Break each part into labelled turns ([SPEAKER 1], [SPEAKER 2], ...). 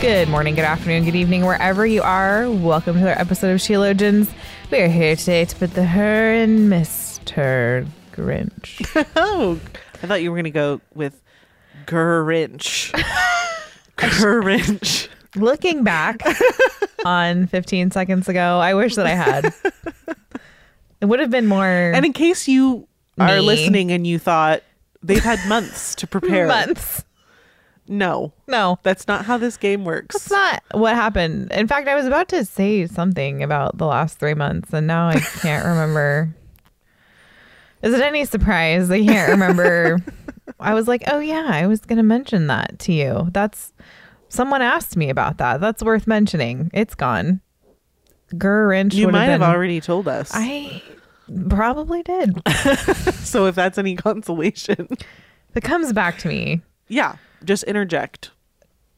[SPEAKER 1] Good morning, good afternoon, good evening, wherever you are. Welcome to another episode of Sheologians. We are here today to put the her in Mr. Grinch.
[SPEAKER 2] Oh, I thought you were going to go with Grinch. Grinch.
[SPEAKER 1] Looking back on 15 seconds ago, I wish that I had. It would have been more
[SPEAKER 2] And in case you are
[SPEAKER 1] Me.
[SPEAKER 2] listening and you thought they've had months to prepare,
[SPEAKER 1] months.
[SPEAKER 2] no,
[SPEAKER 1] No,
[SPEAKER 2] that's not how this game
[SPEAKER 1] that's
[SPEAKER 2] works.
[SPEAKER 1] not what happened. In fact, I was about to say something about the last three months, and now I can't remember. Is it any surprise? I can't remember. I was like, oh, yeah, I was going to mention that to you. That's someone asked me about that. That's worth mentioning. It's gone. Grinch.
[SPEAKER 2] You
[SPEAKER 1] would
[SPEAKER 2] might have
[SPEAKER 1] been-
[SPEAKER 2] already told us.
[SPEAKER 1] I probably did.
[SPEAKER 2] so if that's any consolation,
[SPEAKER 1] If it comes back to me,
[SPEAKER 2] yeah, just interject.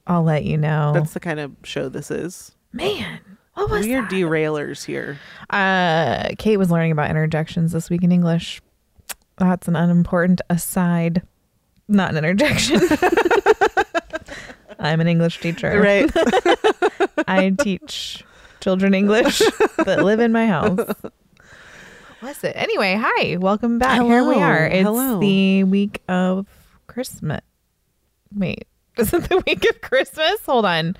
[SPEAKER 1] I'll let you know.
[SPEAKER 2] That's the kind of show this is.
[SPEAKER 1] Man, Oh. what was
[SPEAKER 2] We are derailers here.
[SPEAKER 1] Uh, Kate was learning about interjections this week in English. That's an unimportant aside, not an interjection. I'm an English teacher.
[SPEAKER 2] Right.
[SPEAKER 1] I teach children English that live in my house. What's it? Anyway, hi, welcome back. Here we
[SPEAKER 2] Hello,
[SPEAKER 1] are. It's
[SPEAKER 2] hello.
[SPEAKER 1] the week of Christmas. Wait, is it the week of Christmas? Hold on.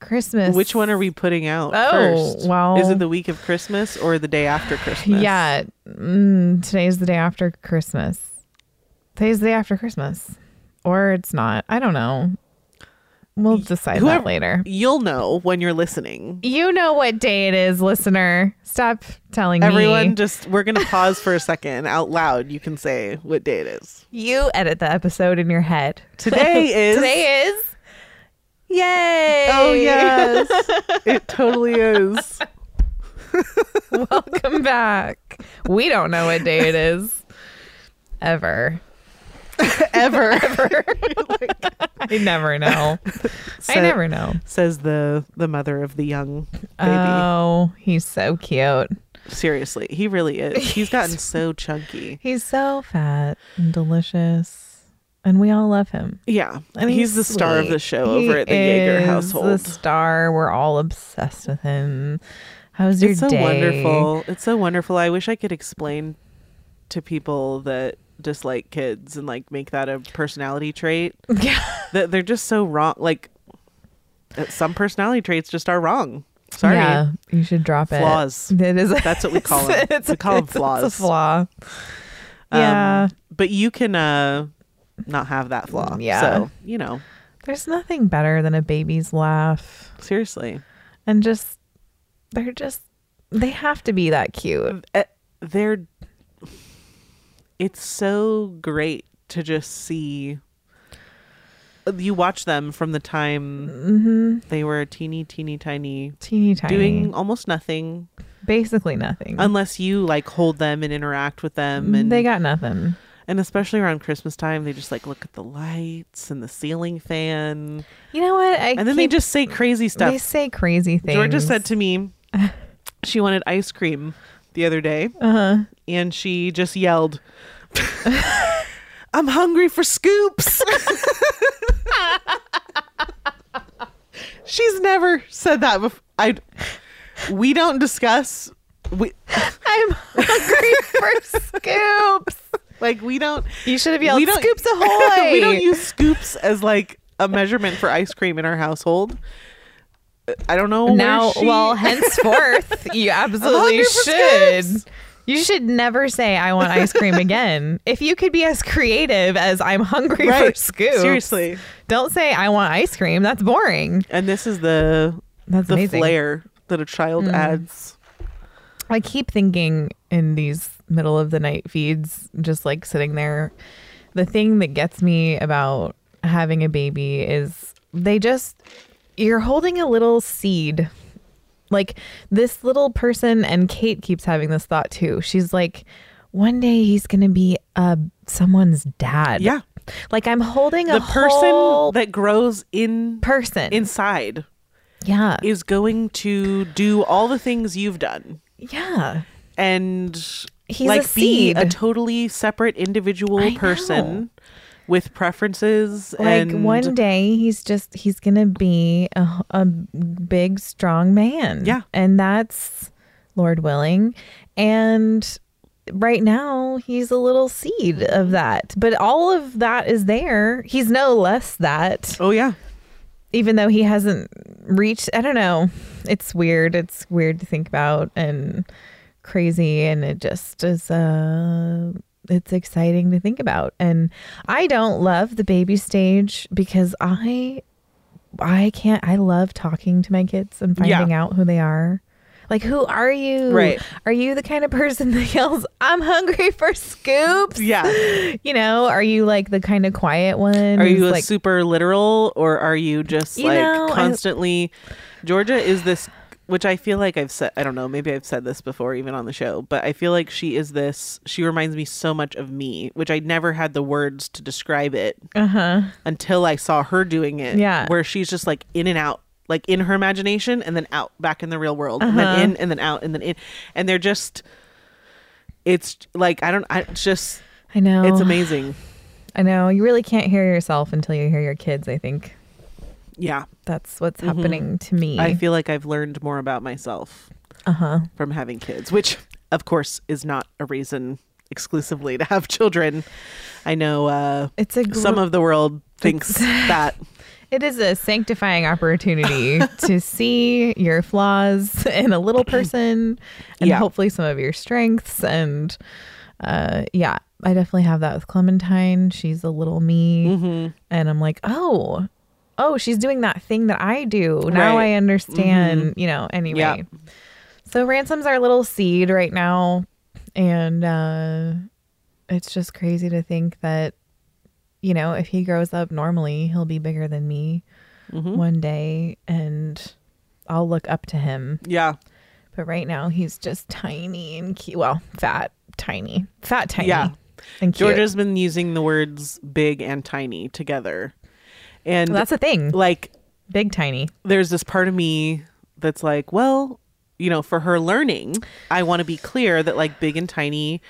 [SPEAKER 1] Christmas.
[SPEAKER 2] Which one are we putting out
[SPEAKER 1] Oh,
[SPEAKER 2] first?
[SPEAKER 1] well-
[SPEAKER 2] Is it the week of Christmas or the day after Christmas?
[SPEAKER 1] Yeah, mm, today's the day after Christmas. Today's the day after Christmas, or it's not. I don't know. We'll decide that later.
[SPEAKER 2] You'll know when you're listening.
[SPEAKER 1] You know what day it is, listener. Stop telling
[SPEAKER 2] Everyone,
[SPEAKER 1] me.
[SPEAKER 2] just we're gonna pause for a second out loud. You can say what day it is.
[SPEAKER 1] You edit the episode in your head.
[SPEAKER 2] Today is.
[SPEAKER 1] Today is. Yay!
[SPEAKER 2] Oh yes, it totally is.
[SPEAKER 1] Welcome back. We don't know what day it is. Ever.
[SPEAKER 2] Ever
[SPEAKER 1] I never know. I
[SPEAKER 2] So-
[SPEAKER 1] never know.
[SPEAKER 2] says the the mother of the young baby.
[SPEAKER 1] Oh, he's so cute.
[SPEAKER 2] Seriously, he really is. He's gotten so chunky.
[SPEAKER 1] He's so fat and delicious, and we all love him.
[SPEAKER 2] Yeah,
[SPEAKER 1] And
[SPEAKER 2] he's, the star of
[SPEAKER 1] sweet.
[SPEAKER 2] the show
[SPEAKER 1] He
[SPEAKER 2] over at the Jaeger
[SPEAKER 1] is The
[SPEAKER 2] household.
[SPEAKER 1] star, we're all obsessed with him. How's your
[SPEAKER 2] it's so
[SPEAKER 1] day?
[SPEAKER 2] wonderful. It's so wonderful. I wish I could explain to people that dislike kids and like make that a personality trait.
[SPEAKER 1] Yeah,
[SPEAKER 2] that they're just so wrong. Like that some personality traits just are wrong. Sorry,
[SPEAKER 1] yeah. You should drop it.
[SPEAKER 2] Flaws.
[SPEAKER 1] It is.
[SPEAKER 2] That's what we call 'em.
[SPEAKER 1] It's
[SPEAKER 2] We call 'em
[SPEAKER 1] it's- it's a
[SPEAKER 2] flaws.
[SPEAKER 1] flaw.
[SPEAKER 2] Um,
[SPEAKER 1] Yeah, Mm,
[SPEAKER 2] but you can uh not have that flaw.
[SPEAKER 1] Yeah.
[SPEAKER 2] so you know,
[SPEAKER 1] there's nothing better than a baby's laugh,
[SPEAKER 2] seriously,
[SPEAKER 1] and just they're just they have to be that cute.
[SPEAKER 2] Eh, they're. It's so great to just see. uh, You watch them from the time they were teeny, teeny, tiny,
[SPEAKER 1] Mm-hmm. Teeny tiny,
[SPEAKER 2] doing almost nothing,
[SPEAKER 1] basically nothing.
[SPEAKER 2] unless you like hold them and interact with them. And
[SPEAKER 1] they got nothing.
[SPEAKER 2] And especially around Christmas time, they just like look at the lights and the ceiling fan.
[SPEAKER 1] You know what? I
[SPEAKER 2] And then they
[SPEAKER 1] keep-
[SPEAKER 2] just say crazy
[SPEAKER 1] They
[SPEAKER 2] stuff.
[SPEAKER 1] say crazy things.
[SPEAKER 2] Georgia said to me she wanted ice cream the other day.
[SPEAKER 1] Uh-huh.
[SPEAKER 2] And she just yelled, I'm hungry for scoops. She's never said that before. I, we don't discuss. We,
[SPEAKER 1] "I'm hungry for scoops."
[SPEAKER 2] like we don't
[SPEAKER 1] You should have yelled, "Scoops ahoy!"
[SPEAKER 2] we don't use scoops as like a measurement for ice cream in our household i don't know where
[SPEAKER 1] Now,
[SPEAKER 2] she-
[SPEAKER 1] well, henceforth, you absolutely
[SPEAKER 2] hungry for
[SPEAKER 1] should. You should never say, "I want ice cream" again. if you could be as creative as "I'm hungry for
[SPEAKER 2] Right.
[SPEAKER 1] scoops,"
[SPEAKER 2] Seriously.
[SPEAKER 1] don't say "I want ice cream." That's boring.
[SPEAKER 2] and this is the
[SPEAKER 1] That's
[SPEAKER 2] the
[SPEAKER 1] amazing.
[SPEAKER 2] flair that a child
[SPEAKER 1] Mm.
[SPEAKER 2] adds
[SPEAKER 1] I keep thinking in these middle of the night feeds, just like sitting there, the thing that gets me about having a baby is they just you're holding a little seed. Like this little person and Kate keeps having this thought too. She's like one day he's going to be uh someone's dad.
[SPEAKER 2] Yeah.
[SPEAKER 1] Like I'm holding
[SPEAKER 2] The
[SPEAKER 1] a
[SPEAKER 2] person
[SPEAKER 1] whole
[SPEAKER 2] that grows in
[SPEAKER 1] person.
[SPEAKER 2] inside
[SPEAKER 1] yeah.
[SPEAKER 2] is going to do all the things you've done
[SPEAKER 1] yeah.
[SPEAKER 2] and
[SPEAKER 1] He's
[SPEAKER 2] like
[SPEAKER 1] a
[SPEAKER 2] be a
[SPEAKER 1] seed.
[SPEAKER 2] totally separate individual
[SPEAKER 1] I
[SPEAKER 2] person
[SPEAKER 1] know.
[SPEAKER 2] with preferences
[SPEAKER 1] Like
[SPEAKER 2] and
[SPEAKER 1] one day he's just he's going to be a, a big strong man.
[SPEAKER 2] Yeah.
[SPEAKER 1] And that's Lord willing. And right now he's a little seed of that. But all of that is there. He's no less that.
[SPEAKER 2] oh yeah
[SPEAKER 1] even though he hasn't reached i don't know it's weird it's weird to think about and crazy and it just is uh it's exciting to think about and i don't love the baby stage because i i can't i love talking to my kids and
[SPEAKER 2] Yeah.
[SPEAKER 1] finding out who they are like who are you
[SPEAKER 2] Right.
[SPEAKER 1] are you the kind of person that yells i'm hungry for scoops
[SPEAKER 2] yeah
[SPEAKER 1] you know are you like the kind of quiet one
[SPEAKER 2] are you
[SPEAKER 1] who's
[SPEAKER 2] a
[SPEAKER 1] like
[SPEAKER 2] super literal or are you just
[SPEAKER 1] You
[SPEAKER 2] like
[SPEAKER 1] know, I-
[SPEAKER 2] constantly georgia is this which i feel like i've said i don't know maybe i've said this before even on the show but i feel like she is this she reminds me so much of me which i never had the words to describe it
[SPEAKER 1] uh-huh
[SPEAKER 2] until i saw her doing it
[SPEAKER 1] Yeah.
[SPEAKER 2] where she's just like in and out like in her imagination and then out back in the real world and
[SPEAKER 1] Uh-huh.
[SPEAKER 2] then in and then out and then in and they're just it's like i don't i it's just
[SPEAKER 1] i know
[SPEAKER 2] it's amazing
[SPEAKER 1] I know. You really can't hear yourself until you hear your kids, I think.
[SPEAKER 2] yeah
[SPEAKER 1] That's what's happening to me.
[SPEAKER 2] Mm-hmm. I feel like I've learned more about myself
[SPEAKER 1] uh-huh.
[SPEAKER 2] from having kids, which, of course, is not a reason exclusively to have children. I know uh,
[SPEAKER 1] It's a gr-
[SPEAKER 2] some of the world thinks that.
[SPEAKER 1] it is a sanctifying opportunity to see your flaws in a little person and
[SPEAKER 2] Yeah.
[SPEAKER 1] hopefully some of your strengths and uh yeah, I definitely have that with Clementine. She's a little me
[SPEAKER 2] Mm-hmm.
[SPEAKER 1] and I'm like, "Oh, oh, she's doing that thing that I do. Now
[SPEAKER 2] Right.
[SPEAKER 1] I understand, you know, anyway."
[SPEAKER 2] Mm-hmm. Yeah.
[SPEAKER 1] So ransom's our little seed right now, and uh, it's just crazy to think that you know if he grows up normally, he'll be bigger than me
[SPEAKER 2] Mm-hmm.
[SPEAKER 1] one day, and I'll look up to him.
[SPEAKER 2] Yeah.
[SPEAKER 1] But right now, he's just tiny and cute. Well, fat, tiny, fat, tiny.
[SPEAKER 2] Yeah.
[SPEAKER 1] and cute.
[SPEAKER 2] Georgia's been using the words big and tiny together. And
[SPEAKER 1] Well, that's the thing.
[SPEAKER 2] like,
[SPEAKER 1] Big, tiny.
[SPEAKER 2] there's this part of me that's like, well, you know, for her learning, I want to be clear that like big and tiny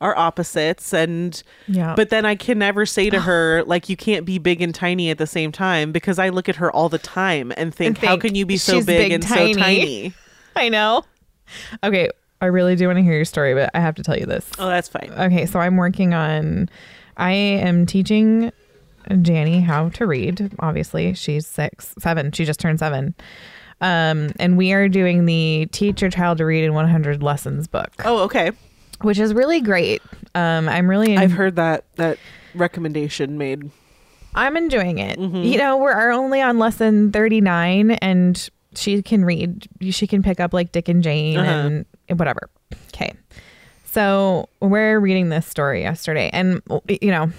[SPEAKER 2] are opposites and
[SPEAKER 1] Yeah.
[SPEAKER 2] but then I can never say to her like you can't be big and tiny at the same time because I look at her all the time and
[SPEAKER 1] And
[SPEAKER 2] think, how
[SPEAKER 1] think,
[SPEAKER 2] can you be so
[SPEAKER 1] "She's
[SPEAKER 2] big,
[SPEAKER 1] big,
[SPEAKER 2] and
[SPEAKER 1] tiny."
[SPEAKER 2] so tiny?
[SPEAKER 1] I know. Okay, I really do want to hear your story, but I have to tell you this.
[SPEAKER 2] Oh, that's fine.
[SPEAKER 1] okay so i'm working on i am teaching Janny how to read obviously she's six seven she just turned seven um and we are doing the teach your child to read in 100 lessons book
[SPEAKER 2] oh, okay.
[SPEAKER 1] which is really great um i'm really
[SPEAKER 2] I've heard that that recommendation made.
[SPEAKER 1] I'm enjoying it.
[SPEAKER 2] Mm-hmm.
[SPEAKER 1] You know, we're are only on lesson 39 and she can read. She can pick up like Dick and Jane
[SPEAKER 2] Uh-huh.
[SPEAKER 1] and- and whatever. Okay. So we're reading this story yesterday and, you know,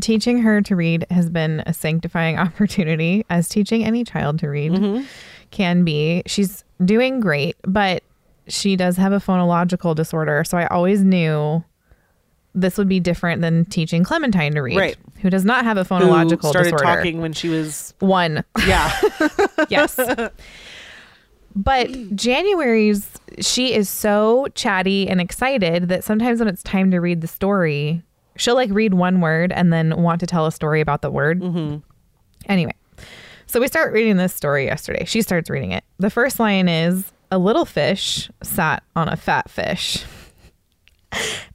[SPEAKER 1] teaching her to read has been a sanctifying opportunity as teaching any child to read
[SPEAKER 2] Mm-hmm.
[SPEAKER 1] can be. She's doing great, but she does have a phonological disorder. So I always knew this would be different than teaching Clementine to read,
[SPEAKER 2] Right.
[SPEAKER 1] who does not have a
[SPEAKER 2] Who
[SPEAKER 1] phonological
[SPEAKER 2] started
[SPEAKER 1] disorder.
[SPEAKER 2] talking when she was
[SPEAKER 1] One,
[SPEAKER 2] yeah.
[SPEAKER 1] yes. but January's, she is so chatty and excited that sometimes when it's time to read the story, she'll like read one word and then want to tell a story about the word. Anyway, so we start reading this story yesterday. She starts reading it. The first line is A little fish sat on a fat fish.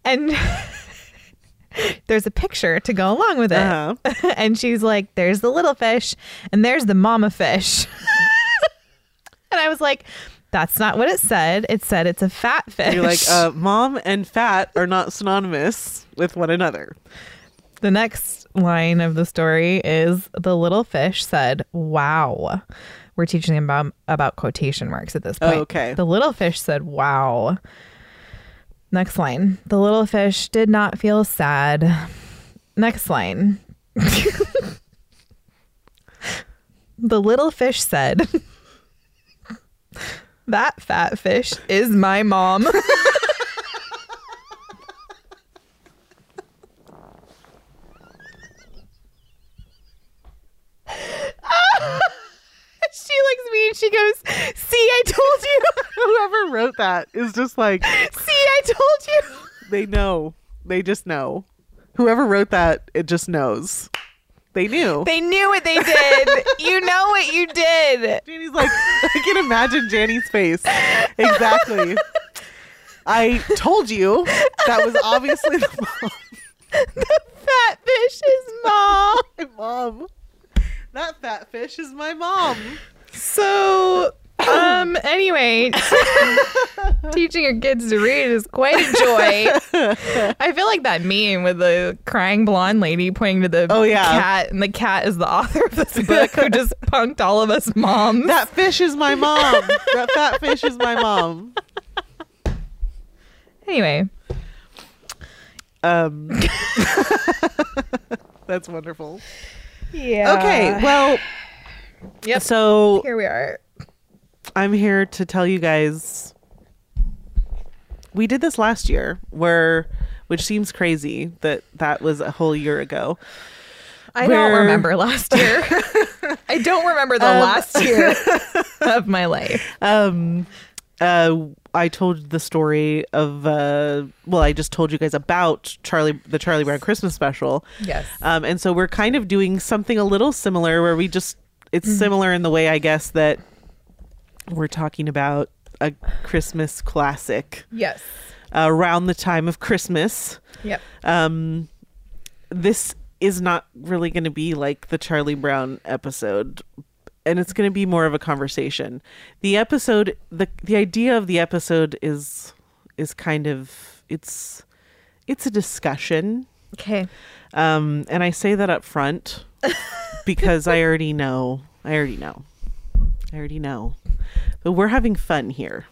[SPEAKER 1] And there's a picture to go along with it.
[SPEAKER 2] Uh-huh.
[SPEAKER 1] and she's like, There's the little fish, and there's the mama fish. and I was like, That's not what it said. It said it's a fat fish.
[SPEAKER 2] You're like, uh, mom and fat are not synonymous with one another.
[SPEAKER 1] The next line of the story is the little fish said, "Wow." We're teaching them about, about quotation marks at this point.
[SPEAKER 2] Oh, okay.
[SPEAKER 1] The little fish said, "Wow." Next line. The little fish did not feel sad. Next line. The little fish said, That fat fish is my mom. she looks at me and she goes, See, I told you.
[SPEAKER 2] Whoever wrote that is just like
[SPEAKER 1] See, I told you.
[SPEAKER 2] they know. They just know. Whoever wrote that, it just knows. They knew.
[SPEAKER 1] They knew what they did. you know what you did.
[SPEAKER 2] Janie's like, I can imagine Janie's face. Exactly. I told you that was obviously the mom.
[SPEAKER 1] Fat fish is mom.
[SPEAKER 2] My mom. That fat fish is my mom.
[SPEAKER 1] So, um, anyway, teaching your kids to read is quite a joy. I feel like that meme with the crying blonde lady pointing to the
[SPEAKER 2] Oh, yeah.
[SPEAKER 1] cat, and the cat is the author of this book who just punked all of us moms.
[SPEAKER 2] That fish is my mom. That fat fish is my mom.
[SPEAKER 1] Anyway,
[SPEAKER 2] Um, that's wonderful.
[SPEAKER 1] yeah.
[SPEAKER 2] Okay, well,
[SPEAKER 1] Uh, Yep.
[SPEAKER 2] so
[SPEAKER 1] here we are.
[SPEAKER 2] I'm here to tell you guys we did this last year where which seems crazy that that was a whole year ago.
[SPEAKER 1] I
[SPEAKER 2] We're-
[SPEAKER 1] don't remember last year. I don't remember the last year of my life.
[SPEAKER 2] Um uh I told the story of uh well I just told you guys about Charlie the Charlie Brown Christmas special.
[SPEAKER 1] Yes.
[SPEAKER 2] Um and so we're kind of doing something a little similar where we just it's similar in the way I guess that we're talking about a Christmas classic
[SPEAKER 1] Yes.
[SPEAKER 2] uh, around the time of Christmas.
[SPEAKER 1] Yep.
[SPEAKER 2] um this is not really going to be like the Charlie Brown episode and it's going to be more of a conversation. The episode the the idea of the episode is is kind of it's it's a discussion.
[SPEAKER 1] Okay.
[SPEAKER 2] Um and I say that up front because I already know. I already know. I already know. But we're having fun here.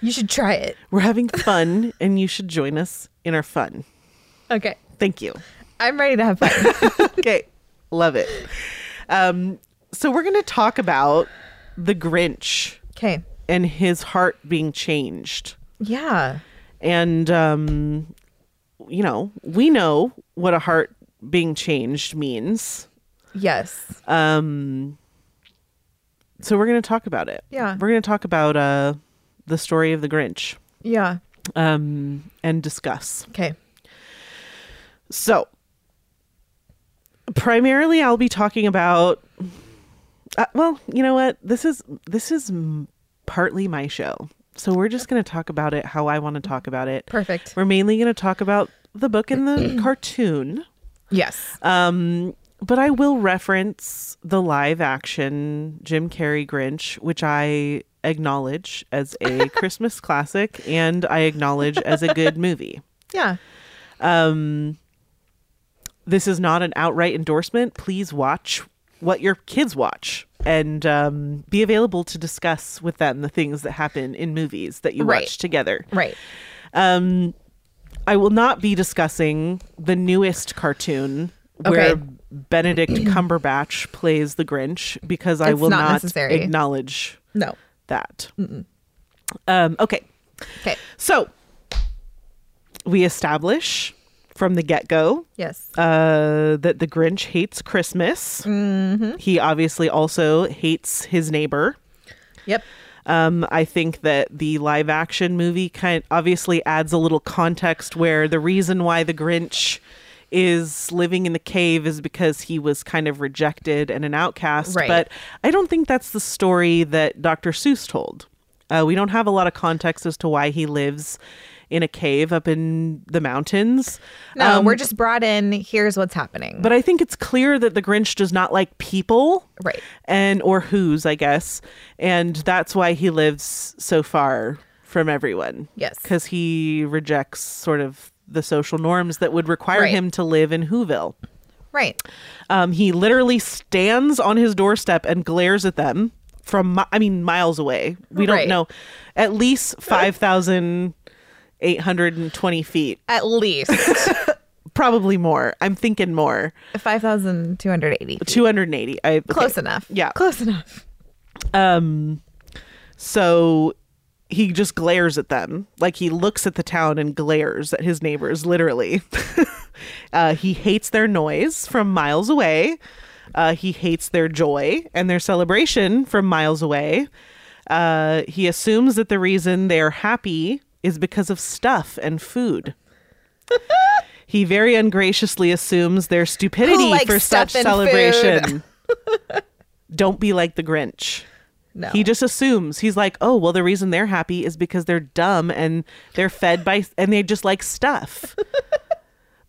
[SPEAKER 1] You should try it.
[SPEAKER 2] We're having fun and you should join us in our fun.
[SPEAKER 1] Okay.
[SPEAKER 2] Thank you.
[SPEAKER 1] I'm ready to have fun.
[SPEAKER 2] okay, love it. Um, so we're going to talk about the Grinch
[SPEAKER 1] Okay.
[SPEAKER 2] and his heart being changed,
[SPEAKER 1] Yeah.
[SPEAKER 2] and um, you know, we know what a heart being changed means.
[SPEAKER 1] Yes.
[SPEAKER 2] Um, so we're going to talk about it.
[SPEAKER 1] Yeah.
[SPEAKER 2] we're going to talk about uh, the story of the Grinch
[SPEAKER 1] Yeah.
[SPEAKER 2] um, and discuss.
[SPEAKER 1] Okay.
[SPEAKER 2] So, primarily, I'll be talking about. Uh, well, you know what? This is this is m- partly my show, so we're just going to talk about it how I want to talk about it.
[SPEAKER 1] Perfect.
[SPEAKER 2] We're mainly going to talk about the book and the cartoon,
[SPEAKER 1] Yes.
[SPEAKER 2] um, but I will reference the live action Jim Carrey Grinch, which I acknowledge as a Christmas classic, and I acknowledge as a good movie
[SPEAKER 1] Yeah.
[SPEAKER 2] um this is not an outright endorsement please watch what your kids watch and um, be available to discuss with them the things that happen in movies that you
[SPEAKER 1] Right.
[SPEAKER 2] watch together
[SPEAKER 1] Right.
[SPEAKER 2] um i will not be discussing the newest cartoon where
[SPEAKER 1] Okay.
[SPEAKER 2] benedict cumberbatch plays the grinch because i
[SPEAKER 1] It's
[SPEAKER 2] will
[SPEAKER 1] not
[SPEAKER 2] not
[SPEAKER 1] necessary.
[SPEAKER 2] acknowledge
[SPEAKER 1] No.
[SPEAKER 2] that um okay
[SPEAKER 1] Okay.
[SPEAKER 2] so we establish from the get-go
[SPEAKER 1] Yes.
[SPEAKER 2] uh, that the Grinch hates Christmas.
[SPEAKER 1] Mm-hmm.
[SPEAKER 2] He obviously also hates his neighbor.
[SPEAKER 1] Yep.
[SPEAKER 2] Um, I think that the live action movie kind obviously adds a little context where the reason why the Grinch is living in the cave is because he was kind of rejected and an outcast.
[SPEAKER 1] Right.
[SPEAKER 2] But I don't think that's the story that Dr. Seuss told. Uh, we don't have a lot of context as to why he lives in a cave up in the mountains.
[SPEAKER 1] No, we're just brought in. Here's what's happening.
[SPEAKER 2] um, But I think it's clear that the Grinch does not like people.
[SPEAKER 1] Right.
[SPEAKER 2] And or whose, I guess. And that's why he lives so far from everyone.
[SPEAKER 1] Yes.
[SPEAKER 2] Cuz he rejects sort of the social norms that would require
[SPEAKER 1] Right.
[SPEAKER 2] him to live in Whoville.
[SPEAKER 1] right.
[SPEAKER 2] Um, he literally stands on his doorstep and glares at them from, mi- I mean, miles away. We don't
[SPEAKER 1] Right.
[SPEAKER 2] know. At least 5,820 feet.
[SPEAKER 1] At least.
[SPEAKER 2] probably more. I'm thinking more.
[SPEAKER 1] 5,280.
[SPEAKER 2] 280. I okay.
[SPEAKER 1] Close enough.
[SPEAKER 2] Yeah.
[SPEAKER 1] Close enough.
[SPEAKER 2] Um, so he just glares at them. Like he looks at the town and glares at his neighbors, literally. uh, he hates their noise from miles away. Uh, he hates their joy and their celebration from miles away. Uh, he assumes that the reason they are happy is because of stuff and food. he very ungraciously assumes their
[SPEAKER 1] Who
[SPEAKER 2] stupidity
[SPEAKER 1] likes
[SPEAKER 2] for such
[SPEAKER 1] stuff and
[SPEAKER 2] celebration. Don't be like the Grinch.
[SPEAKER 1] No.
[SPEAKER 2] He just assumes he's like, oh well, the reason they're happy is because they're dumb and they're fed by and they just like stuff.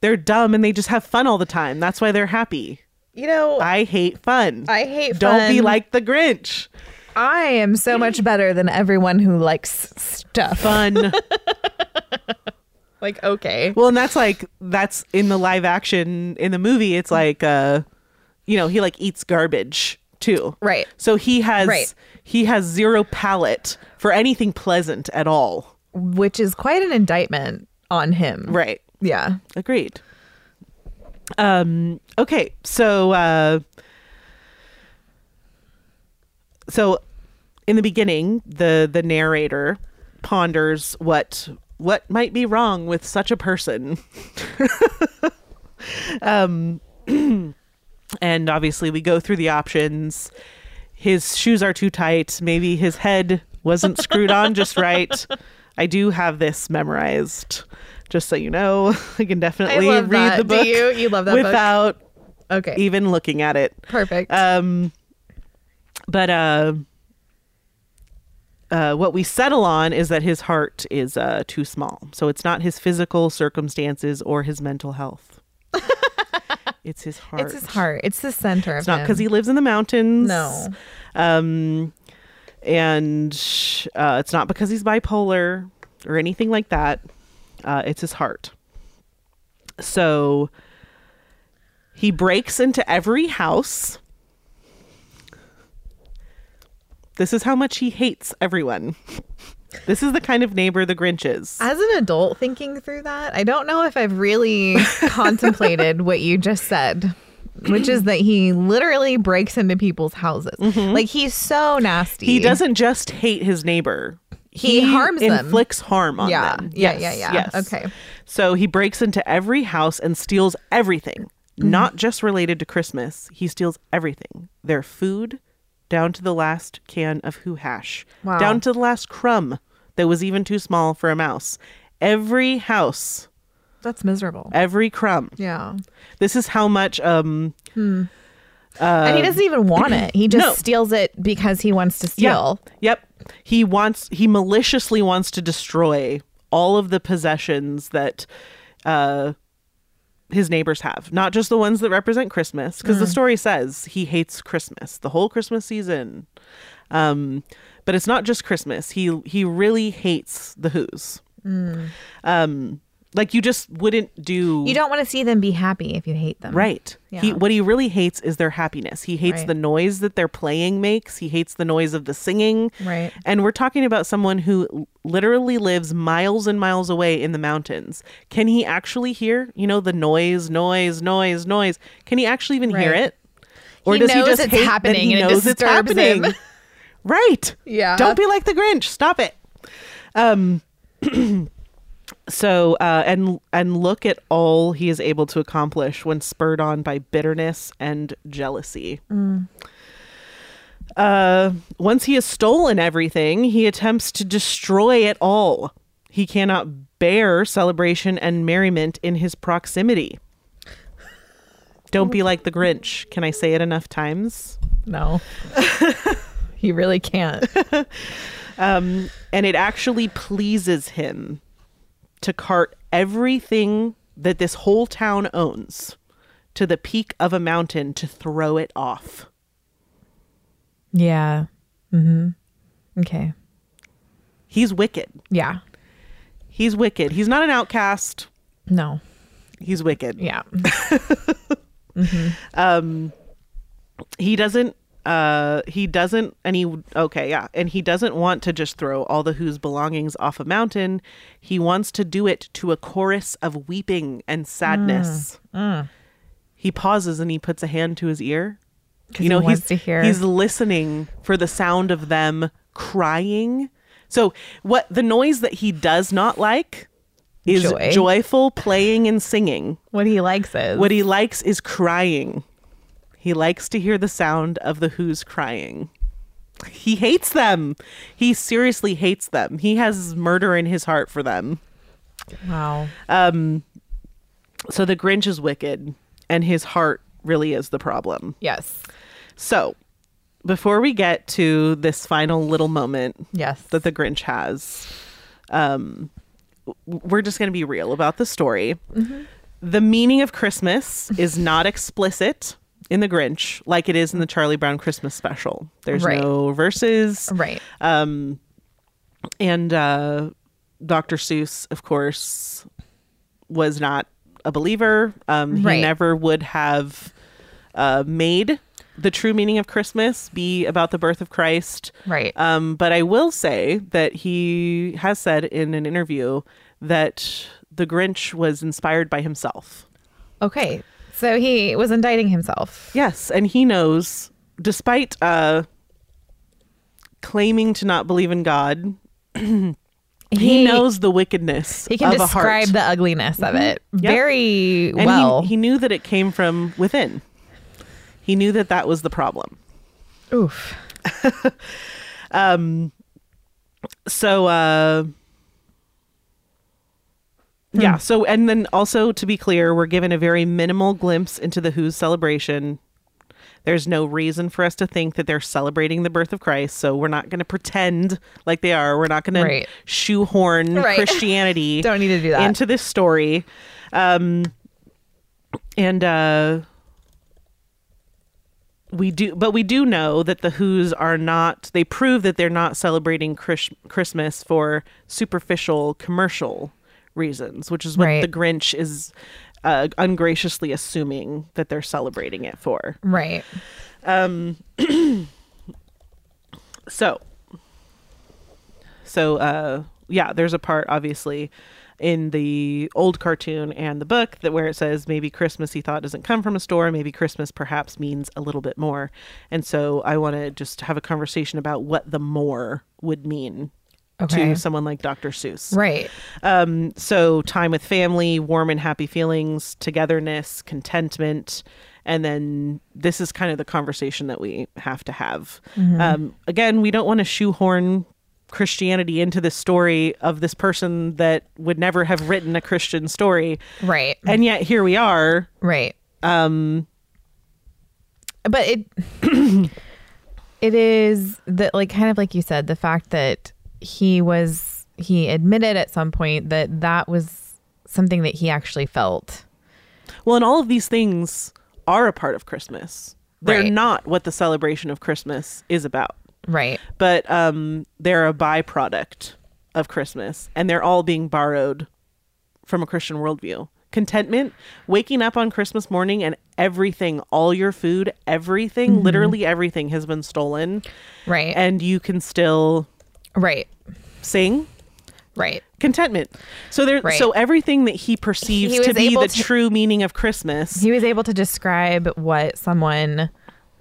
[SPEAKER 2] they're dumb and they just have fun all the time. That's why they're happy.
[SPEAKER 1] you know, I,
[SPEAKER 2] I hate fun.
[SPEAKER 1] I hate
[SPEAKER 2] Don't be
[SPEAKER 1] fun.
[SPEAKER 2] like the Grinch.
[SPEAKER 1] am so much better than everyone who likes stuff.
[SPEAKER 2] Fun.
[SPEAKER 1] Like, okay.
[SPEAKER 2] well, and that's like that's in the live action in the movie. It's like, uh, you know, he like eats garbage too.
[SPEAKER 1] Right.
[SPEAKER 2] So he has
[SPEAKER 1] Right.
[SPEAKER 2] he has zero palate for anything pleasant at all.
[SPEAKER 1] Which is quite an indictment on him.
[SPEAKER 2] Right.
[SPEAKER 1] Yeah.
[SPEAKER 2] Agreed. Um, okay, so uh, so in the beginning, the the narrator ponders what what might be wrong with such a person. um, and obviously, we go through the options. His shoes are too tight. Maybe his head wasn't screwed on just right. I do have this memorized, just so you know. I can definitely
[SPEAKER 1] love
[SPEAKER 2] read
[SPEAKER 1] that.
[SPEAKER 2] the
[SPEAKER 1] Do
[SPEAKER 2] book
[SPEAKER 1] you? You love that book?
[SPEAKER 2] without
[SPEAKER 1] Okay.
[SPEAKER 2] even looking at it.
[SPEAKER 1] Perfect.
[SPEAKER 2] Um, but uh, uh, what we settle on is that his heart is uh, too small. So it's not his physical circumstances or his mental health. it's his heart.
[SPEAKER 1] it's his heart. It's the center
[SPEAKER 2] It's
[SPEAKER 1] of
[SPEAKER 2] not
[SPEAKER 1] him.
[SPEAKER 2] because he lives in the mountains.
[SPEAKER 1] No.
[SPEAKER 2] Um, and uh, it's not because he's bipolar or anything like that. Uh, it's his heart. So he breaks into every house. This is how much he hates everyone. This is the kind of neighbor the Grinch is.
[SPEAKER 1] As an adult thinking through that, I don't know if I've really contemplated what you just said, which is that he literally breaks into people's houses. Like he's so nasty.
[SPEAKER 2] Mm-hmm. He doesn't just hate his neighbor.
[SPEAKER 1] He harms them.
[SPEAKER 2] inflicts harm on
[SPEAKER 1] Yeah.
[SPEAKER 2] them.
[SPEAKER 1] Yeah,
[SPEAKER 2] Yes,
[SPEAKER 1] yeah, yeah.
[SPEAKER 2] yes.
[SPEAKER 1] Okay.
[SPEAKER 2] So he breaks into every house and steals everything,
[SPEAKER 1] Mm-hmm.
[SPEAKER 2] not just related to Christmas. He steals everything. Their food, down to the last can of hoo hash,
[SPEAKER 1] Wow.
[SPEAKER 2] down to the last crumb that was even too small for a mouse. Every house,
[SPEAKER 1] That's miserable.
[SPEAKER 2] every crumb.
[SPEAKER 1] Yeah.
[SPEAKER 2] This is how much um
[SPEAKER 1] and he doesn't even want it. He just
[SPEAKER 2] Uh, no.
[SPEAKER 1] steals it because he wants to steal.
[SPEAKER 2] Yep. Yep. He wants he maliciously wants to destroy all of the possessions that uh his neighbors have, not just the ones that represent Christmas, because
[SPEAKER 1] Mm.
[SPEAKER 2] the story says he hates Christmas, the whole Christmas season. Um, but it's not just Christmas. He he really hates the Who's. Um, like you just wouldn't do.
[SPEAKER 1] Mm. You don't want to see them be happy if you hate them.
[SPEAKER 2] Right. He
[SPEAKER 1] Yeah.
[SPEAKER 2] what he really hates is their happiness. He hates
[SPEAKER 1] Right.
[SPEAKER 2] the noise that their playing makes. He hates the noise of the singing.
[SPEAKER 1] Right.
[SPEAKER 2] And we're talking about someone who l- literally lives miles and miles away in the mountains. Can he actually hear, you know, the noise, noise, noise, noise? Can he actually even hear
[SPEAKER 1] Right.
[SPEAKER 2] it? Or
[SPEAKER 1] He knows it's
[SPEAKER 2] hate that
[SPEAKER 1] happening
[SPEAKER 2] he
[SPEAKER 1] and it
[SPEAKER 2] knows it's
[SPEAKER 1] disturbs him?
[SPEAKER 2] happening? right.
[SPEAKER 1] Yeah.
[SPEAKER 2] Don't be like the Grinch. Stop it. Um so uh and and look at all he is able to accomplish when spurred on by bitterness and jealousy. Uh once he has stolen everything, he attempts to destroy it all. He cannot bear celebration and merriment in his proximity. Don't be like the Grinch. Can I say it enough times?
[SPEAKER 1] No. he really can't.
[SPEAKER 2] and it actually pleases him to cart everything that this whole town owns to the peak of a mountain to throw it off.
[SPEAKER 1] Yeah. Mm-hmm. Okay.
[SPEAKER 2] He's wicked.
[SPEAKER 1] Yeah.
[SPEAKER 2] He's wicked. He's not an outcast.
[SPEAKER 1] No.
[SPEAKER 2] He's wicked.
[SPEAKER 1] Yeah.
[SPEAKER 2] He doesn't uh he doesn't and he okay yeah and he doesn't want to just throw all the who's belongings off a mountain he wants to do it to a chorus of weeping and sadness
[SPEAKER 1] Mm,
[SPEAKER 2] he pauses and he puts a hand to his ear
[SPEAKER 1] 'Cause he wants
[SPEAKER 2] he's
[SPEAKER 1] to hear.
[SPEAKER 2] he's listening for the sound of them crying so what the noise that he does not like is
[SPEAKER 1] Joy.
[SPEAKER 2] joyful playing and singing
[SPEAKER 1] What he likes is
[SPEAKER 2] what he likes is crying. He likes to hear the sound of the Who's crying. He hates them. He seriously hates them. He has murder in his heart for them.
[SPEAKER 1] wow.
[SPEAKER 2] So the Grinch is wicked, and his heart really is the problem.
[SPEAKER 1] Yes.
[SPEAKER 2] So before we get to this final little moment
[SPEAKER 1] Yes.
[SPEAKER 2] that the Grinch has, um, we're just going to be real about the story.
[SPEAKER 1] Mm-hmm.
[SPEAKER 2] The meaning of Christmas is not explicit in the Grinch like it is in the Charlie Brown Christmas special. There's
[SPEAKER 1] Right.
[SPEAKER 2] no verses.
[SPEAKER 1] right.
[SPEAKER 2] Uh, And uh, Dr. Seuss, of course, was not a believer. Um, he
[SPEAKER 1] Right.
[SPEAKER 2] never would have uh, made the true meaning of Christmas be about the birth of Christ.
[SPEAKER 1] Right.
[SPEAKER 2] Um, but I will say that he has said in an interview that the Grinch was inspired by himself.
[SPEAKER 1] okay. So he was indicting himself.
[SPEAKER 2] Yes, and he knows, despite uh, claiming to not believe in God, he, knows the wickedness
[SPEAKER 1] He can
[SPEAKER 2] of a
[SPEAKER 1] describe
[SPEAKER 2] heart. Mm-hmm.
[SPEAKER 1] the ugliness of it very
[SPEAKER 2] and
[SPEAKER 1] well.
[SPEAKER 2] he, he knew that it came from within. He knew that that was the problem.
[SPEAKER 1] Oof.
[SPEAKER 2] so uh
[SPEAKER 1] Hmm.
[SPEAKER 2] yeah so and then also to be clear we're given a very minimal glimpse into the who's celebration there's no reason for us to think that they're celebrating the birth of christ so we're not going to pretend like they are we're not going
[SPEAKER 1] Right.
[SPEAKER 2] to shoehorn
[SPEAKER 1] Right.
[SPEAKER 2] christianity
[SPEAKER 1] Don't need to do that.
[SPEAKER 2] into this story um and uh we do but we do know that the who's are not they prove that they're not celebrating Chris, christmas for superficial commercial reasons which is what
[SPEAKER 1] Right.
[SPEAKER 2] the grinch is uh, ungraciously assuming that they're celebrating it for
[SPEAKER 1] right.
[SPEAKER 2] so so uh yeah there's a part obviously in the old cartoon and the book that where it says maybe christmas he thought doesn't come from a store maybe christmas perhaps means a little bit more and so i want to just have a conversation about what the more would mean
[SPEAKER 1] Okay.
[SPEAKER 2] to someone like dr seuss
[SPEAKER 1] Right.
[SPEAKER 2] um, so time with family, warm and happy feelings, togetherness, contentment, and then this is kind of the conversation that we have to have. Um, again, we don't want to shoehorn Christianity into the story of this person that would never have written a Christian story,
[SPEAKER 1] Right.
[SPEAKER 2] and yet here we are.
[SPEAKER 1] Right. Um but it it is that like kind of like you said the fact that he was he admitted at some point that that was something that he actually felt.
[SPEAKER 2] Well, and all of these things are a part of Christmas. They're
[SPEAKER 1] Right.
[SPEAKER 2] not what the celebration of Christmas is about.
[SPEAKER 1] Right.
[SPEAKER 2] but um, they're a byproduct of Christmas, and they're all being borrowed from a Christian worldview. Contentment, waking up on Christmas morning and everything, all your food, everything,
[SPEAKER 1] Mm-hmm.
[SPEAKER 2] literally everything has been stolen,
[SPEAKER 1] Right.
[SPEAKER 2] and you can still
[SPEAKER 1] right.
[SPEAKER 2] sing
[SPEAKER 1] Right.
[SPEAKER 2] contentment. So there,
[SPEAKER 1] Right.
[SPEAKER 2] so everything that he perceives
[SPEAKER 1] He was
[SPEAKER 2] to be
[SPEAKER 1] able
[SPEAKER 2] the
[SPEAKER 1] to-
[SPEAKER 2] true meaning of Christmas
[SPEAKER 1] He was able to describe what someone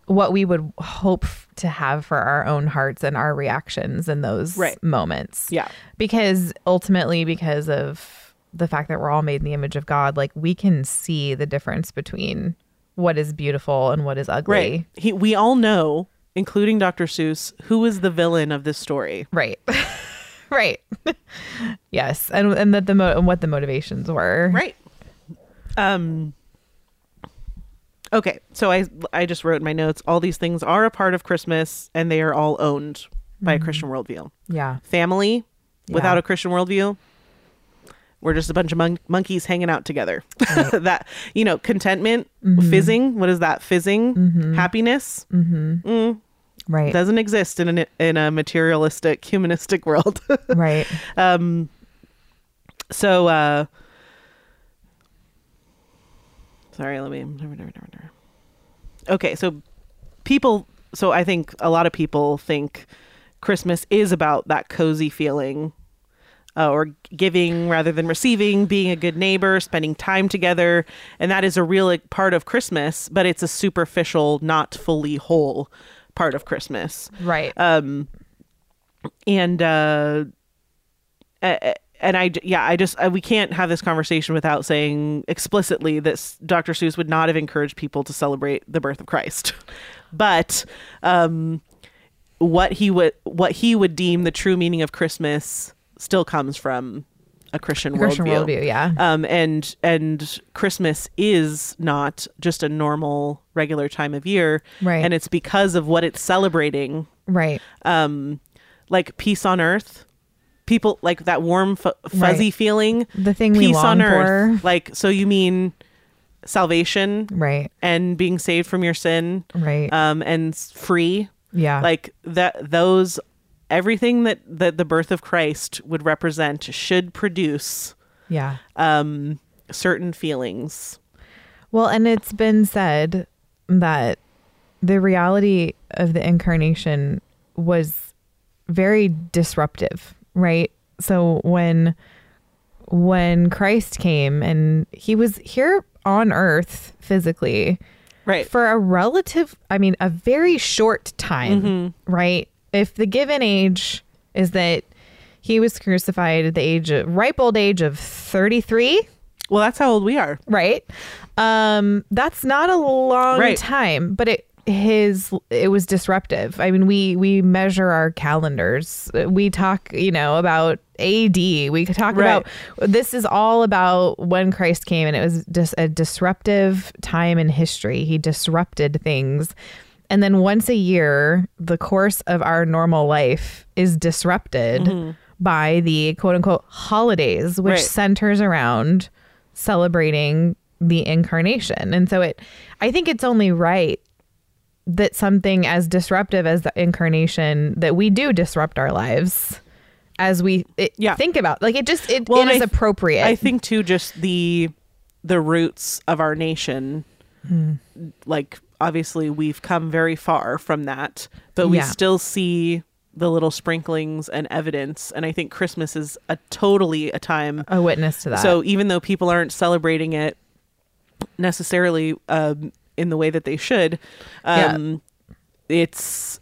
[SPEAKER 1] what we would hope f- to have for our own hearts and our reactions in those
[SPEAKER 2] Right.
[SPEAKER 1] moments.
[SPEAKER 2] Yeah.
[SPEAKER 1] Because ultimately because of the fact that we're all made in the image of God, like we can see the difference between what is beautiful and what is ugly.
[SPEAKER 2] Right. He, we all know, including Dr. Seuss, who is the villain of this story.
[SPEAKER 1] Right. right. yes. And and that the mo- and what the motivations were.
[SPEAKER 2] Right. Um Okay, so I I just wrote in my notes all these things are a part of Christmas and they are all owned by a Christian worldview.
[SPEAKER 1] Yeah.
[SPEAKER 2] Family without
[SPEAKER 1] Yeah.
[SPEAKER 2] a Christian worldview, we're just a bunch of mon- monkeys hanging out together. that you know, contentment, fizzing. What is that? Fizzing, happiness
[SPEAKER 1] Right.
[SPEAKER 2] doesn't exist in an, in a materialistic, humanistic world.
[SPEAKER 1] right.
[SPEAKER 2] So, uh, sorry, let me. Okay, so people so I think a lot of people think Christmas is about that cozy feeling uh, or giving rather than receiving, being a good neighbor, spending time together. And that is a real like, part of Christmas, but it's a superficial, not fully whole part of Christmas.
[SPEAKER 1] Right.
[SPEAKER 2] Um, and, uh, a- and I, yeah, I just, I, we can't have this conversation without saying explicitly that S- Dr. Seuss would not have encouraged people to celebrate the birth of Christ. but um, what he would, what he would deem the true meaning of Christmas still comes from a Christian,
[SPEAKER 1] Christian
[SPEAKER 2] worldview.
[SPEAKER 1] worldview, yeah.
[SPEAKER 2] Um, and, and Christmas is not just a normal, regular time of year.
[SPEAKER 1] Right.
[SPEAKER 2] And it's because of what it's celebrating
[SPEAKER 1] right.
[SPEAKER 2] um like peace on earth people like that warm f- fuzzy
[SPEAKER 1] Right.
[SPEAKER 2] feeling
[SPEAKER 1] The thing we
[SPEAKER 2] peace on
[SPEAKER 1] long
[SPEAKER 2] earth
[SPEAKER 1] for.
[SPEAKER 2] like so you mean salvation
[SPEAKER 1] Right.
[SPEAKER 2] and being saved from your sin
[SPEAKER 1] Right.
[SPEAKER 2] um and s- free
[SPEAKER 1] yeah.
[SPEAKER 2] like that those everything that that the birth of christ would represent should produce
[SPEAKER 1] yeah.
[SPEAKER 2] um certain feelings
[SPEAKER 1] Well, and it's been said that the reality of the incarnation was very disruptive, right? So when when Christ came and he was here on earth physically
[SPEAKER 2] right
[SPEAKER 1] for a relative, I mean, a very short time,
[SPEAKER 2] Mm-hmm.
[SPEAKER 1] right? If the given age is that he was crucified at the age of ripe old age of 33,
[SPEAKER 2] well that's how old we are
[SPEAKER 1] right um that's not a long
[SPEAKER 2] Right.
[SPEAKER 1] time but it his it was disruptive i mean we we measure our calendars we talk you know about ad we could talk
[SPEAKER 2] Right.
[SPEAKER 1] about this is all about when christ came and it was just a disruptive time in history he disrupted things and then once a year the course of our normal life is disrupted by the quote unquote holidays which
[SPEAKER 2] Right.
[SPEAKER 1] centers around celebrating the incarnation. And so it I think it's only right that something as disruptive as the incarnation that we do disrupt our lives as we it,
[SPEAKER 2] Yeah.
[SPEAKER 1] think about like it just it,
[SPEAKER 2] Well,
[SPEAKER 1] it
[SPEAKER 2] and
[SPEAKER 1] is
[SPEAKER 2] I th-
[SPEAKER 1] appropriate.
[SPEAKER 2] I think too, just the the roots of our nation. Like obviously, we've come very far from that, but we
[SPEAKER 1] Yeah.
[SPEAKER 2] still see the little sprinklings and evidence. And I think Christmas is a totally a time.
[SPEAKER 1] a witness to that.
[SPEAKER 2] So even though people aren't celebrating it necessarily um, in the way that they should,
[SPEAKER 1] Yeah.
[SPEAKER 2] um, it's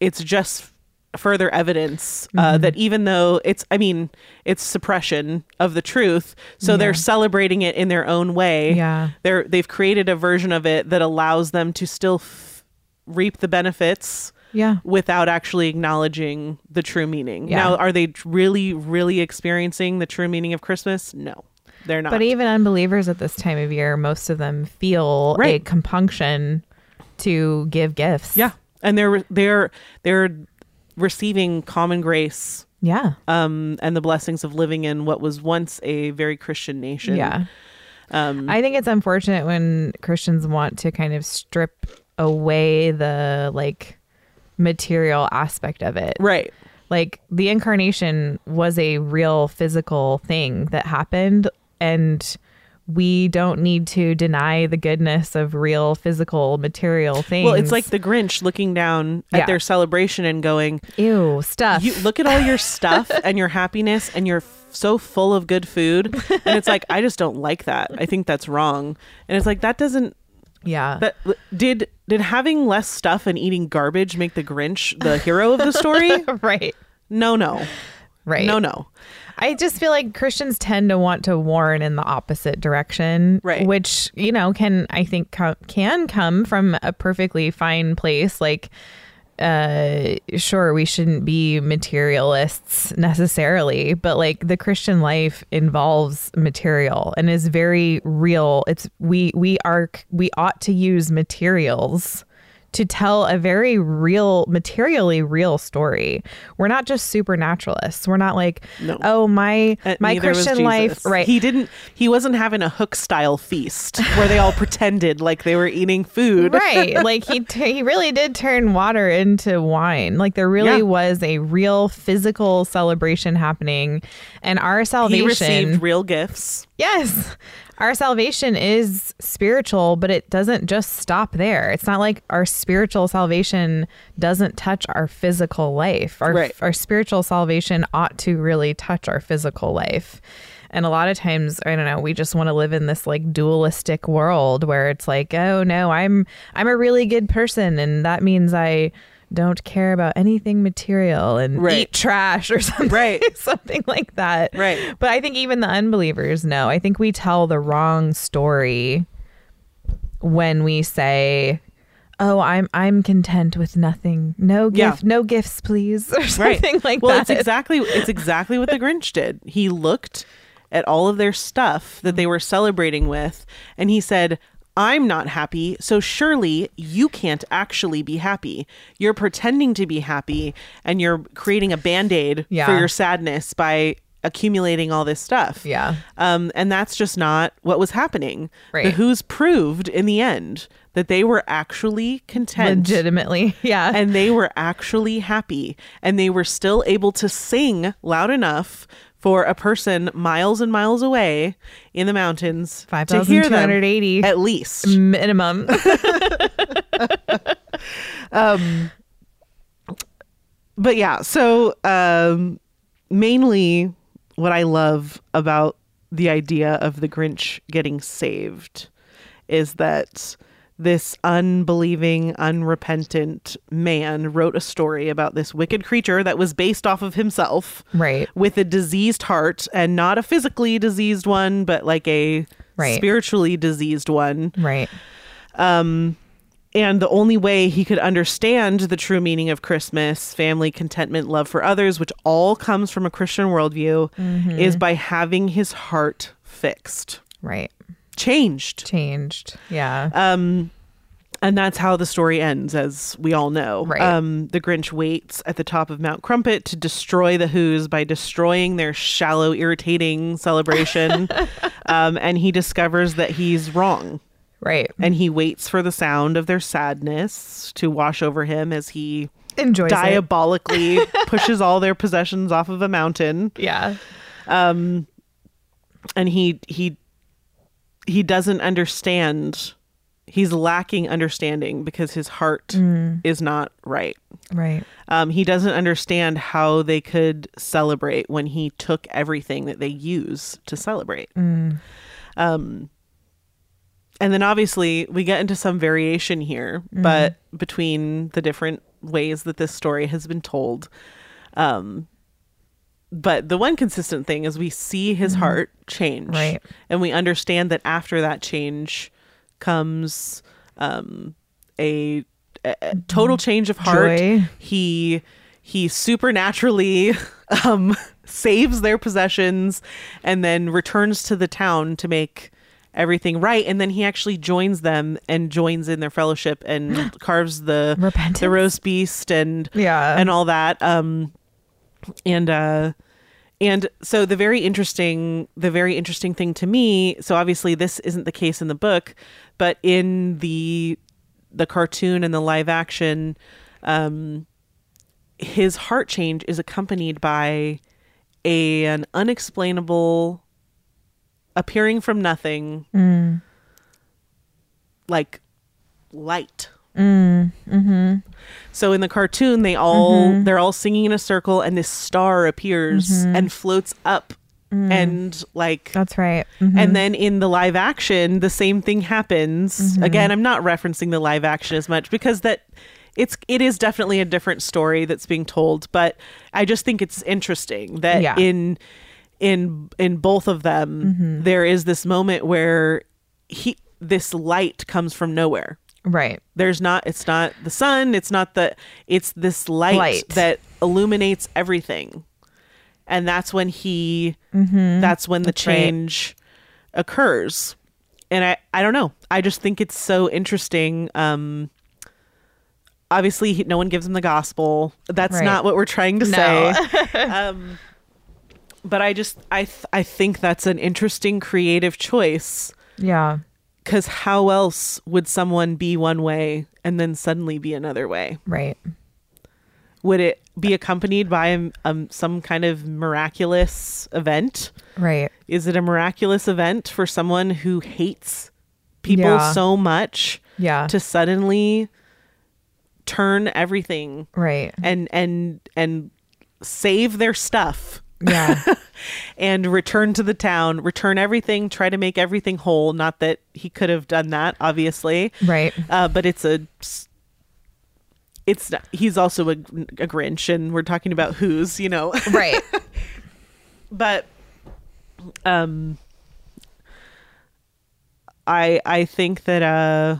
[SPEAKER 2] it's just further evidence
[SPEAKER 1] Mm-hmm.
[SPEAKER 2] uh, that even though it's i mean it's suppression of the truth so they're celebrating it in their own way
[SPEAKER 1] Yeah.
[SPEAKER 2] they're they've created a version of it that allows them to still f- reap the benefits
[SPEAKER 1] yeah.
[SPEAKER 2] without actually acknowledging the true meaning
[SPEAKER 1] Yeah.
[SPEAKER 2] now are they really really experiencing the true meaning of christmas no they're not
[SPEAKER 1] But even unbelievers at this time of year, most of them feel a
[SPEAKER 2] Right.
[SPEAKER 1] compunction to give gifts.
[SPEAKER 2] yeah and they're they're they're receiving common grace
[SPEAKER 1] Yeah.
[SPEAKER 2] um, and the blessings of living in what was once a very Christian nation.
[SPEAKER 1] Yeah.
[SPEAKER 2] Um,
[SPEAKER 1] I think it's unfortunate when Christians want to kind of strip away the like material aspect of it.
[SPEAKER 2] right.
[SPEAKER 1] Like the incarnation was a real physical thing that happened and we don't need to deny the goodness of real physical material things.
[SPEAKER 2] Well, it's like the Grinch looking down at
[SPEAKER 1] Yeah.
[SPEAKER 2] their celebration and going,
[SPEAKER 1] ew stuff.
[SPEAKER 2] "You look at all your stuff and your happiness, and you're f- so full of good food." And it's like, I just don't like that. I think that's wrong. And it's like that doesn't.
[SPEAKER 1] yeah.
[SPEAKER 2] That did did having less stuff and eating garbage make the Grinch the hero of the story?
[SPEAKER 1] right.
[SPEAKER 2] No, no,
[SPEAKER 1] Right.
[SPEAKER 2] no, no.
[SPEAKER 1] I just feel like Christians tend to want to warn in the opposite direction,
[SPEAKER 2] Right.
[SPEAKER 1] Which you know can I think com- can come from a perfectly fine place. Like, uh, sure, we shouldn't be materialists necessarily, but like the Christian life involves material and is very real. It's we we are we ought to use materials to tell a very real, materially real story. We're not just supernaturalists. We're not like,
[SPEAKER 2] No.
[SPEAKER 1] oh my
[SPEAKER 2] Uh,
[SPEAKER 1] my
[SPEAKER 2] neither was
[SPEAKER 1] Christian life,
[SPEAKER 2] Jesus.
[SPEAKER 1] right?
[SPEAKER 2] He didn't. He wasn't having a hook style feast where they all pretended like they were eating food.
[SPEAKER 1] right, like he t- he really did turn water into wine. Like there really
[SPEAKER 2] Yeah.
[SPEAKER 1] was a real physical celebration happening, and our
[SPEAKER 2] He
[SPEAKER 1] salvation.
[SPEAKER 2] received real gifts.
[SPEAKER 1] yes, our salvation is spiritual, but it doesn't just stop there. It's not like our spiritual salvation doesn't touch our physical life. Our,
[SPEAKER 2] Right.
[SPEAKER 1] our spiritual salvation ought to really touch our physical life. And a lot of times, I don't know, we just want to live in this like dualistic world where it's like, oh no, I'm I'm a really good person and that means I don't care about anything material and
[SPEAKER 2] Right.
[SPEAKER 1] eat trash or something
[SPEAKER 2] Right.
[SPEAKER 1] something like that.
[SPEAKER 2] Right.
[SPEAKER 1] But I think even the unbelievers know. I think we tell the wrong story when we say, "Oh, I'm I'm content with nothing. No
[SPEAKER 2] Yeah.
[SPEAKER 1] gift, no gifts, please," or
[SPEAKER 2] right.
[SPEAKER 1] something like
[SPEAKER 2] well,
[SPEAKER 1] that.
[SPEAKER 2] it's exactly it's exactly what the Grinch did. He looked at all of their stuff that they were celebrating with, and he said. I'm not happy, so surely you can't actually be happy. You're pretending to be happy and you're creating a band aid for
[SPEAKER 1] Yeah.
[SPEAKER 2] your sadness by accumulating all this stuff.
[SPEAKER 1] Yeah.
[SPEAKER 2] Um, and that's just not what was happening. The
[SPEAKER 1] Right.
[SPEAKER 2] Who's proved in the end that they were actually content
[SPEAKER 1] legitimately. Yeah.
[SPEAKER 2] and they were actually happy and they were still able to sing loud enough for a person miles and miles away in the mountains to hear them
[SPEAKER 1] 5,280.
[SPEAKER 2] at least
[SPEAKER 1] minimum.
[SPEAKER 2] but yeah so um mainly what i love about the idea of the grinch getting saved is that this unbelieving unrepentant man wrote a story about this wicked creature that was based off of himself
[SPEAKER 1] Right.
[SPEAKER 2] with a diseased heart and not a physically diseased one but like a
[SPEAKER 1] Right.
[SPEAKER 2] spiritually diseased one
[SPEAKER 1] right.
[SPEAKER 2] and the only way he could understand the true meaning of Christmas, family, contentment, love for others, which all comes from a Christian worldview, is by having his heart fixed,
[SPEAKER 1] Right.
[SPEAKER 2] changed.
[SPEAKER 1] Changed. Yeah.
[SPEAKER 2] Uh, And that's how the story ends, as we all know.
[SPEAKER 1] Right.
[SPEAKER 2] Um, the Grinch waits at the top of Mount Crumpet to destroy the Who's by destroying their shallow, irritating celebration. um, and he discovers that he's wrong.
[SPEAKER 1] right.
[SPEAKER 2] And he waits for the sound of their sadness to wash over him as he
[SPEAKER 1] Enjoys it.
[SPEAKER 2] diabolically pushes all their possessions off of a mountain
[SPEAKER 1] Yeah.
[SPEAKER 2] and he he he doesn't understand he's lacking understanding because his heart
[SPEAKER 1] Mm.
[SPEAKER 2] is not right
[SPEAKER 1] Right.
[SPEAKER 2] um, he doesn't understand how they could celebrate when he took everything that they use to celebrate um,
[SPEAKER 1] Mm.
[SPEAKER 2] and then obviously we get into some variation here
[SPEAKER 1] Mm-hmm.
[SPEAKER 2] but between the different ways that this story has been told um, but the one consistent thing is we see his heart change
[SPEAKER 1] Mm-hmm. Right.
[SPEAKER 2] and we understand that after that change comes um a, a- a total change of heart
[SPEAKER 1] Mm-hmm. Joy.
[SPEAKER 2] he he supernaturally um saves their possessions and then returns to the town to make everything right and then he actually joins them and joins in their fellowship and carves the the
[SPEAKER 1] Repentance.
[SPEAKER 2] roast beast and
[SPEAKER 1] Yeah.
[SPEAKER 2] and all that um and uh and so the very interesting the very interesting thing to me so obviously this isn't the case in the book but in the the cartoon and the live action um his heart change is accompanied by a, an unexplainable appearing from nothing like light so in the cartoon, they all they're all singing in a circle, and this star appears and floats up, and like,
[SPEAKER 1] That's right. Mhm.
[SPEAKER 2] and then in the live action, the same thing happens again. I'm not referencing the live action as much because that it's it is definitely a different story that's being told, but I just think it's interesting that
[SPEAKER 1] Yeah.
[SPEAKER 2] in in in both of them, there is this moment where he this light comes from nowhere
[SPEAKER 1] Mm-hmm. Right.
[SPEAKER 2] there's not it's not the sun it's not the it's this light,
[SPEAKER 1] Light.
[SPEAKER 2] that illuminates everything and that's when he that's when the
[SPEAKER 1] Mm-hmm. right.
[SPEAKER 2] change occurs and i i don't know i just think it's so interesting um obviously he, no one gives him the gospel that's
[SPEAKER 1] Right.
[SPEAKER 2] not what we're trying to
[SPEAKER 1] No.
[SPEAKER 2] say um but i just i th- i think that's an interesting creative choice
[SPEAKER 1] Yeah.
[SPEAKER 2] because how else would someone be one way and then suddenly be another way
[SPEAKER 1] Right.
[SPEAKER 2] Would it be accompanied by um, um, some kind of miraculous event?
[SPEAKER 1] Right.
[SPEAKER 2] Is it a miraculous event for someone who hates people
[SPEAKER 1] Yeah.
[SPEAKER 2] so much
[SPEAKER 1] Yeah.
[SPEAKER 2] to suddenly turn everything
[SPEAKER 1] right.
[SPEAKER 2] and and and save their stuff
[SPEAKER 1] Yeah.
[SPEAKER 2] and return to the town, return everything, try to make everything whole. Not that he could have done that, obviously.
[SPEAKER 1] right.
[SPEAKER 2] Uh, but it's a. It's not, he's also a, a Grinch, and we're talking about who's you know,
[SPEAKER 1] Right.
[SPEAKER 2] but um, I I think that uh,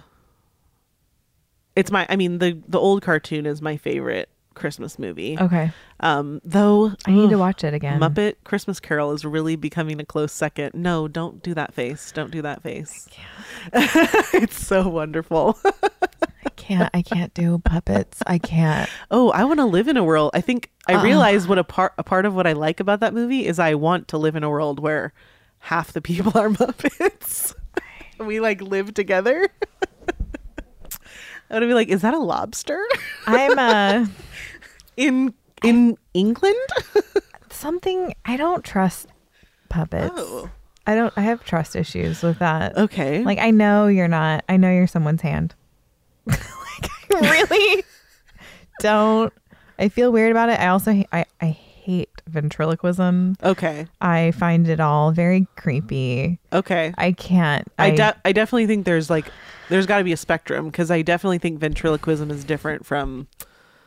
[SPEAKER 2] it's my I mean the the old cartoon is my favorite Christmas movie.
[SPEAKER 1] Okay.
[SPEAKER 2] Um, though
[SPEAKER 1] Oh. I need to watch it again.
[SPEAKER 2] Muppet Christmas Carol is really becoming a close second. No, don't do that face. Don't do that face. it's so wonderful.
[SPEAKER 1] I can't. I can't do puppets. I can't.
[SPEAKER 2] oh, I want to live in a world. I think I realize what a part a part of what I like about that movie is I want to live in a world where half the people are Muppets. we like live together. I would be like, is that a lobster
[SPEAKER 1] I'm uh
[SPEAKER 2] in in England?
[SPEAKER 1] something. I don't trust puppets.
[SPEAKER 2] Oh.
[SPEAKER 1] I don't. I have trust issues with that.
[SPEAKER 2] Okay.
[SPEAKER 1] Like I know you're not. I know you're someone's hand. like I really don't. I feel weird about it. I also ha- I I hate ventriloquism.
[SPEAKER 2] okay,
[SPEAKER 1] I find it all very creepy.
[SPEAKER 2] okay.
[SPEAKER 1] I can't.
[SPEAKER 2] I, de- I definitely think there's like there's got to be a spectrum because I definitely think ventriloquism is different from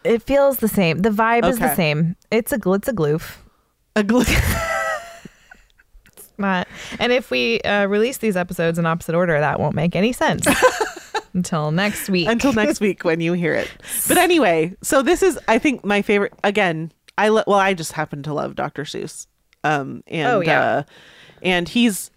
[SPEAKER 1] it feels the same. The vibe is the
[SPEAKER 2] Okay.
[SPEAKER 1] same. It's a gl- it's a gloof.
[SPEAKER 2] a gl-
[SPEAKER 1] Not. And if we uh, release these episodes in opposite order, that won't make any sense until next week.
[SPEAKER 2] until next week when you hear it. But anyway, so this is I think my favorite again. I lo- well I just happen to love Dr. Seuss. Um and
[SPEAKER 1] Oh, yeah.
[SPEAKER 2] uh, and he's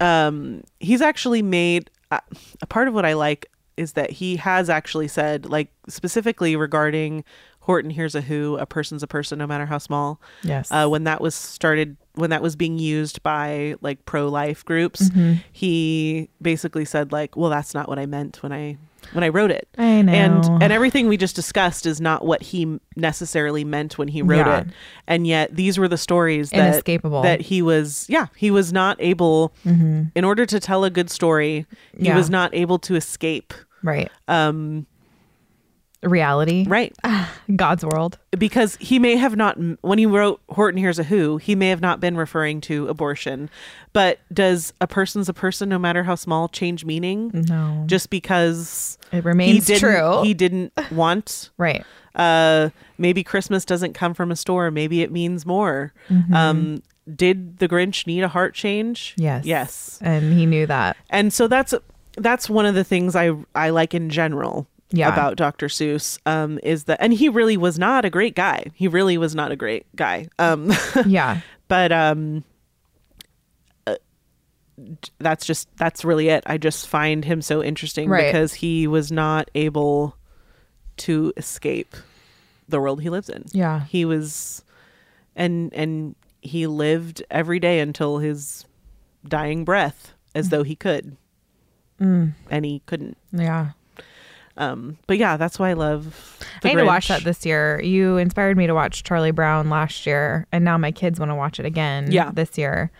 [SPEAKER 2] um he's actually made uh, a part of what I like is that he has actually said like specifically regarding Horton here's a who a person's a person no matter how small.
[SPEAKER 1] Yes.
[SPEAKER 2] uh, when that was started when that was being used by like pro-life groups
[SPEAKER 1] Mm-hmm.
[SPEAKER 2] he basically said like well that's not what i meant when i when i wrote it
[SPEAKER 1] I know.
[SPEAKER 2] and and everything we just discussed is not what he necessarily meant when he wrote
[SPEAKER 1] Yeah.
[SPEAKER 2] it and yet these were the stories that
[SPEAKER 1] Inescapable. Mm-hmm.
[SPEAKER 2] that he was yeah he was not able in order to tell a good story he
[SPEAKER 1] Yeah.
[SPEAKER 2] was not able to escape
[SPEAKER 1] right.
[SPEAKER 2] um
[SPEAKER 1] Reality.
[SPEAKER 2] right
[SPEAKER 1] God's world.
[SPEAKER 2] because he may have not when he wrote Horton here's a who he may have not been referring to abortion but does a person's a person no matter how small change meaning
[SPEAKER 1] No.
[SPEAKER 2] just because
[SPEAKER 1] Mm-hmm. It remains
[SPEAKER 2] he didn't,
[SPEAKER 1] true.
[SPEAKER 2] he didn't want
[SPEAKER 1] right.
[SPEAKER 2] uh maybe christmas doesn't come from a store maybe it means more
[SPEAKER 1] Mm-hmm.
[SPEAKER 2] um did the grinch need a heart change
[SPEAKER 1] Yes.
[SPEAKER 2] yes
[SPEAKER 1] And he knew that.
[SPEAKER 2] and so that's that's one of the things I I like in general
[SPEAKER 1] Yeah.
[SPEAKER 2] about Dr. Seuss um, is that and he really was not a great guy. He really was not a great guy. Um,
[SPEAKER 1] Yeah.
[SPEAKER 2] but um, uh, that's just that's really it. I just find him so interesting
[SPEAKER 1] Right.
[SPEAKER 2] because he was not able to escape the world he lives in.
[SPEAKER 1] Yeah.
[SPEAKER 2] he was, and and he lived every day until his dying breath, as though he could,
[SPEAKER 1] Mm.
[SPEAKER 2] and he couldn't.
[SPEAKER 1] Yeah.
[SPEAKER 2] Um, but yeah, that's why I love. The
[SPEAKER 1] I need to watch
[SPEAKER 2] Grinch.
[SPEAKER 1] that this year. You inspired me to watch Charlie Brown last year, and now my kids want to watch it again
[SPEAKER 2] Yeah.
[SPEAKER 1] this year.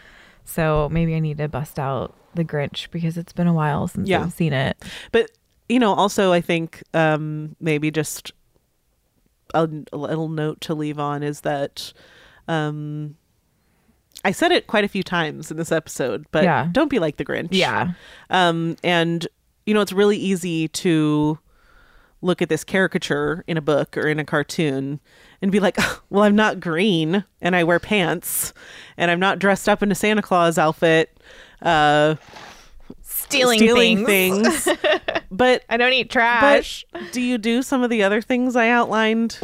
[SPEAKER 1] So maybe I need to bust out The Grinch because it's been a while since
[SPEAKER 2] Yeah.
[SPEAKER 1] I've seen it.
[SPEAKER 2] but you know also i think um maybe just a, a little note to leave on is that um i said it quite a few times in this episode but
[SPEAKER 1] Yeah.
[SPEAKER 2] don't be like the grinch
[SPEAKER 1] Yeah.
[SPEAKER 2] um and you know it's really easy to look at this caricature in a book or in a cartoon and be like well i'm not green and i wear pants and i'm not dressed up in a santa claus outfit uh
[SPEAKER 1] Stealing,
[SPEAKER 2] stealing
[SPEAKER 1] things.
[SPEAKER 2] things. but
[SPEAKER 1] I don't eat
[SPEAKER 2] but
[SPEAKER 1] trash.
[SPEAKER 2] do you do some of the other things I outlined?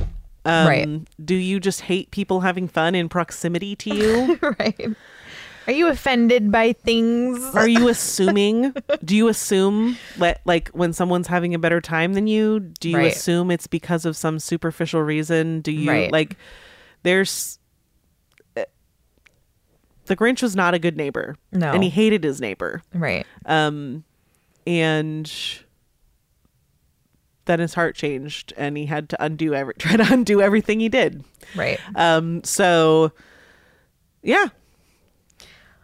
[SPEAKER 2] Um,
[SPEAKER 1] Right.
[SPEAKER 2] Do you just hate people having fun in proximity to you?
[SPEAKER 1] right. Are you offended by things?
[SPEAKER 2] Are you assuming? Do you assume let, like when someone's having a better time than you? Do you
[SPEAKER 1] Right.
[SPEAKER 2] assume it's because of some superficial reason? Do you
[SPEAKER 1] Right.
[SPEAKER 2] like? There's. eh, The Grinch was not a good neighbor.
[SPEAKER 1] No.
[SPEAKER 2] And he hated Um, his neighbor.
[SPEAKER 1] Right.
[SPEAKER 2] um and then his heart changed and he had to undo every try to undo everything he did.
[SPEAKER 1] Right.
[SPEAKER 2] Um, so yeah.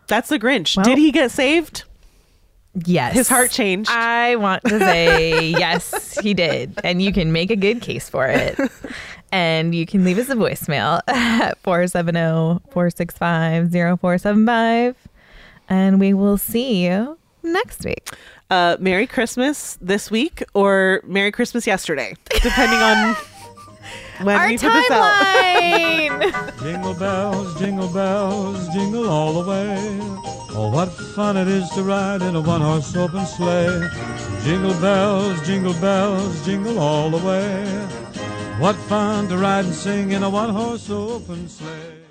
[SPEAKER 2] That's the Grinch.
[SPEAKER 1] Well-
[SPEAKER 2] Did he get saved?
[SPEAKER 1] Yes.
[SPEAKER 2] His heart changed.
[SPEAKER 1] I want to say yes, he did. And you can make a good case for it. And you can leave us a voicemail at oh, 470-465-0475. And we will see you next week.
[SPEAKER 2] Uh, Merry Christmas this week or Merry Christmas yesterday, depending on when
[SPEAKER 1] Our
[SPEAKER 2] we put this out.
[SPEAKER 1] timeline.
[SPEAKER 3] Jingle bells, jingle bells, jingle all the way. Oh, what fun it is to ride in a one horse open sleigh. Jingle bells, jingle bells, jingle all the way. What fun to ride and sing in a one horse open sleigh.